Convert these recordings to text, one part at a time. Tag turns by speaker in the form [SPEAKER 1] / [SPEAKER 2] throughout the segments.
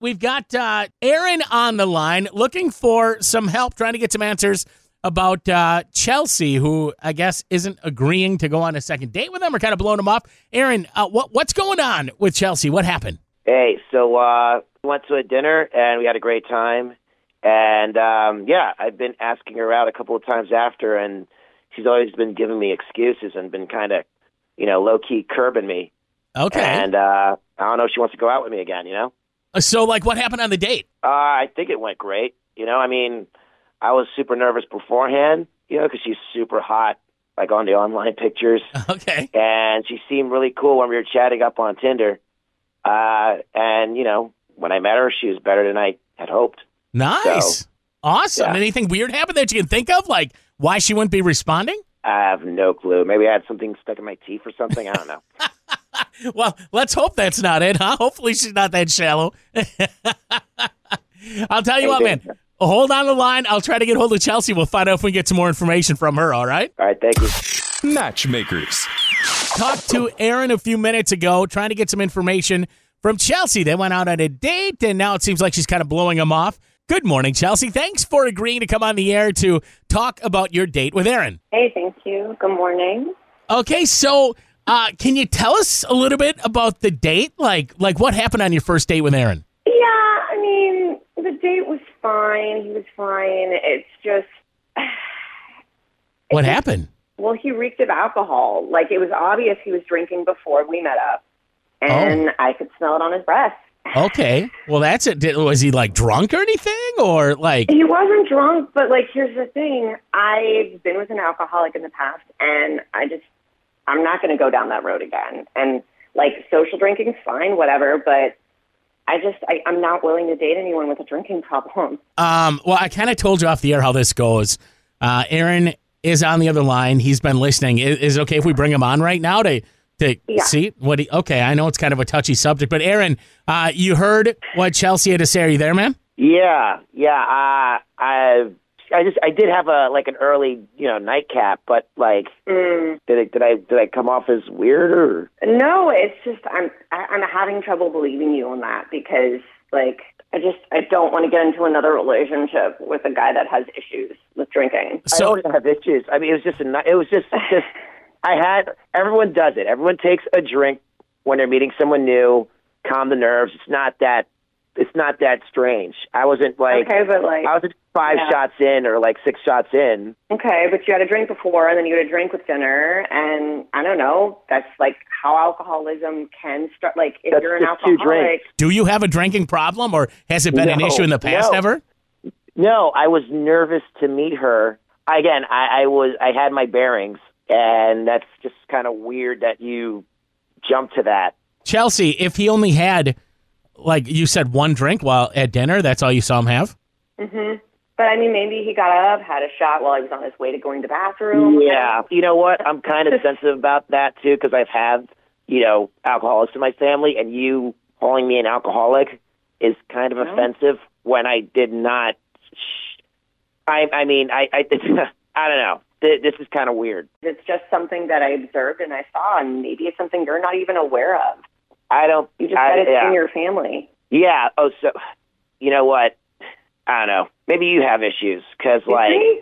[SPEAKER 1] We've got uh, Aaron on the line looking for some help, trying to get some answers about uh, Chelsea, who I guess isn't agreeing to go on a second date with him or kind of blowing him off. Aaron, uh, what, what's going on with Chelsea? What happened?
[SPEAKER 2] Hey, so uh, we went to a dinner and we had a great time. And um, yeah, I've been asking her out a couple of times after, and she's always been giving me excuses and been kind of, you know, low key curbing me.
[SPEAKER 1] Okay. Uh,
[SPEAKER 2] And uh, I don't know if she wants to go out with me again, you know?
[SPEAKER 1] so, like, what happened on the date?
[SPEAKER 2] Uh, I think it went great. You know, I mean, I was super nervous beforehand, you know, because she's super hot, like on the online pictures.
[SPEAKER 1] Okay.
[SPEAKER 2] and she seemed really cool when we were chatting up on Tinder. Uh, and you know, when I met her, she was better than I had hoped.
[SPEAKER 1] Nice.
[SPEAKER 2] So,
[SPEAKER 1] awesome.
[SPEAKER 2] yeah.
[SPEAKER 1] Anything weird happened that you can think of? Like, why she wouldn't be responding?
[SPEAKER 2] I have no clue. Maybe I had something stuck in my teeth or something. I don't know.
[SPEAKER 1] Well, let's hope that's not it, huh? Hopefully she's not that shallow. I'll tell you what, man. Hold on the line. I'll try to get hold of Chelsea. We'll find out if we can get some more information from her, all right?
[SPEAKER 2] All right, thank you.
[SPEAKER 3] Matchmakers.
[SPEAKER 1] Talked to Aaron a few minutes ago, trying to get some information from Chelsea. They went out on a date, and now it seems like she's kind of blowing him off. Good morning, Chelsea. Thanks for agreeing to come on the air to talk about your date with Aaron.
[SPEAKER 4] Hey, thank you. Good morning.
[SPEAKER 1] Okay, so uh, can you tell us a little bit about the date? Like, like what happened on your first date with Aaron?
[SPEAKER 4] Yeah, I mean, the date was fine. He was fine. It's just,
[SPEAKER 1] What happened?
[SPEAKER 4] well, he reeked of alcohol. Like, it was obvious he was drinking before we met up, and I could smell it on his breath.
[SPEAKER 1] Okay, well that's it. Did, was he like drunk or anything, or like?
[SPEAKER 4] He wasn't drunk, but, like, here's the thing I've been with an alcoholic in the past, and I just, I'm not going to go down that road again. And, like, social drinking's fine, whatever, but. I just, I, I'm not willing to date anyone with a drinking problem.
[SPEAKER 1] Um, well, I kind of told you off the air how this goes. Uh, Aaron is on the other line. He's been listening. Is, is it okay if we bring him on right now to to
[SPEAKER 4] Yeah.
[SPEAKER 1] see what he? Okay, I know it's kind of a touchy subject, but Aaron, uh, you heard what Chelsea had to say. Are you there, man?
[SPEAKER 2] Yeah, yeah. Uh, I, I just, I did have a like an early, you know, nightcap, but like, did I, did I, did I come off as weird or?
[SPEAKER 4] No, it's just I'm I- I'm having trouble believing you on that because like I just I don't want to get into another relationship with a guy that has issues with drinking.
[SPEAKER 1] So
[SPEAKER 2] I don't have issues. I mean, it was just a, ni- it was just, just, I had, everyone does it. Everyone takes a drink when they're meeting someone new, calm the nerves. It's not that, it's not that strange. I wasn't like,
[SPEAKER 4] Okay, but like
[SPEAKER 2] I wasn't five
[SPEAKER 4] Yeah.
[SPEAKER 2] shots in or like six shots in.
[SPEAKER 4] okay, but you had a drink before and then you had a drink with dinner and I don't know, that's like how alcoholism can start like if
[SPEAKER 2] That's
[SPEAKER 4] you're an
[SPEAKER 2] just two
[SPEAKER 4] alcoholic.
[SPEAKER 2] drinks.
[SPEAKER 1] do you have a drinking problem, or has it been an
[SPEAKER 2] No,
[SPEAKER 1] issue in the past
[SPEAKER 2] no.
[SPEAKER 1] ever?
[SPEAKER 2] No, I was nervous to meet her. Again, I, I was, I had my bearings and that's just kind of weird that you jump to that.
[SPEAKER 1] Chelsea, if he only had, like you said, one drink while at dinner, that's all you saw him have.
[SPEAKER 4] But I mean maybe he got up, had a shot while he was on his way to going to the bathroom.
[SPEAKER 2] Yeah, you know what? I'm kind of sensitive about that too because I've had you know alcoholics in my family, and you calling me an alcoholic is kind of offensive when I did not. Sh- I I mean I I I don't know. Th- This is kind of weird.
[SPEAKER 4] It's just something that I observed and I saw and maybe it's something you're not even aware of.
[SPEAKER 2] I don't.
[SPEAKER 4] You just
[SPEAKER 2] I,
[SPEAKER 4] got it
[SPEAKER 2] yeah.
[SPEAKER 4] in your family.
[SPEAKER 2] yeah. Oh, so you know what? I don't know. Maybe you have issues because
[SPEAKER 4] You
[SPEAKER 2] like.
[SPEAKER 4] see?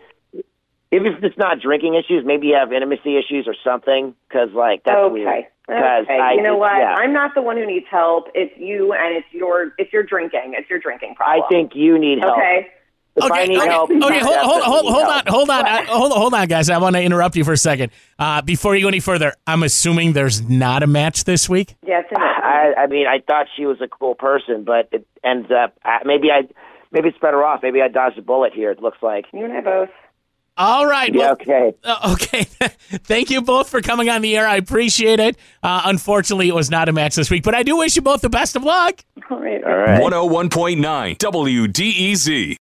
[SPEAKER 2] If it's just not drinking issues, maybe you have intimacy issues or something. Because like that's
[SPEAKER 4] okay.
[SPEAKER 2] weird. 'Cause
[SPEAKER 4] Okay.
[SPEAKER 2] I
[SPEAKER 4] you know
[SPEAKER 2] just-
[SPEAKER 4] what?
[SPEAKER 2] yeah.
[SPEAKER 4] I'm not the one who needs help. It's you, and it's your it's your drinking. It's your drinking
[SPEAKER 2] I
[SPEAKER 4] problem.
[SPEAKER 2] think you need help.
[SPEAKER 4] Okay.
[SPEAKER 2] If I need
[SPEAKER 1] okay,
[SPEAKER 2] help,
[SPEAKER 1] okay,
[SPEAKER 2] you
[SPEAKER 1] hold, hold,
[SPEAKER 2] definitely
[SPEAKER 1] hold,
[SPEAKER 2] need
[SPEAKER 1] hold on,
[SPEAKER 2] help.
[SPEAKER 1] hold on, I, hold, hold on, guys. I want to interrupt you for a second. Uh, before you go any further, I'm assuming there's not a match this week.
[SPEAKER 4] Yes. and no.
[SPEAKER 2] I, I mean, I thought she was a cool person, but it ends up I, maybe I maybe it's better off. Maybe I dodged a bullet here. It looks like.
[SPEAKER 4] you and I both.
[SPEAKER 1] All right.
[SPEAKER 2] Yeah,
[SPEAKER 1] well,
[SPEAKER 2] okay.
[SPEAKER 1] uh, okay. Thank you both for coming on the air. I appreciate it. Uh, unfortunately, it was not a match this week, but I do wish you both the best of luck.
[SPEAKER 4] All right.
[SPEAKER 2] All right.
[SPEAKER 3] 101.9 WDEZ.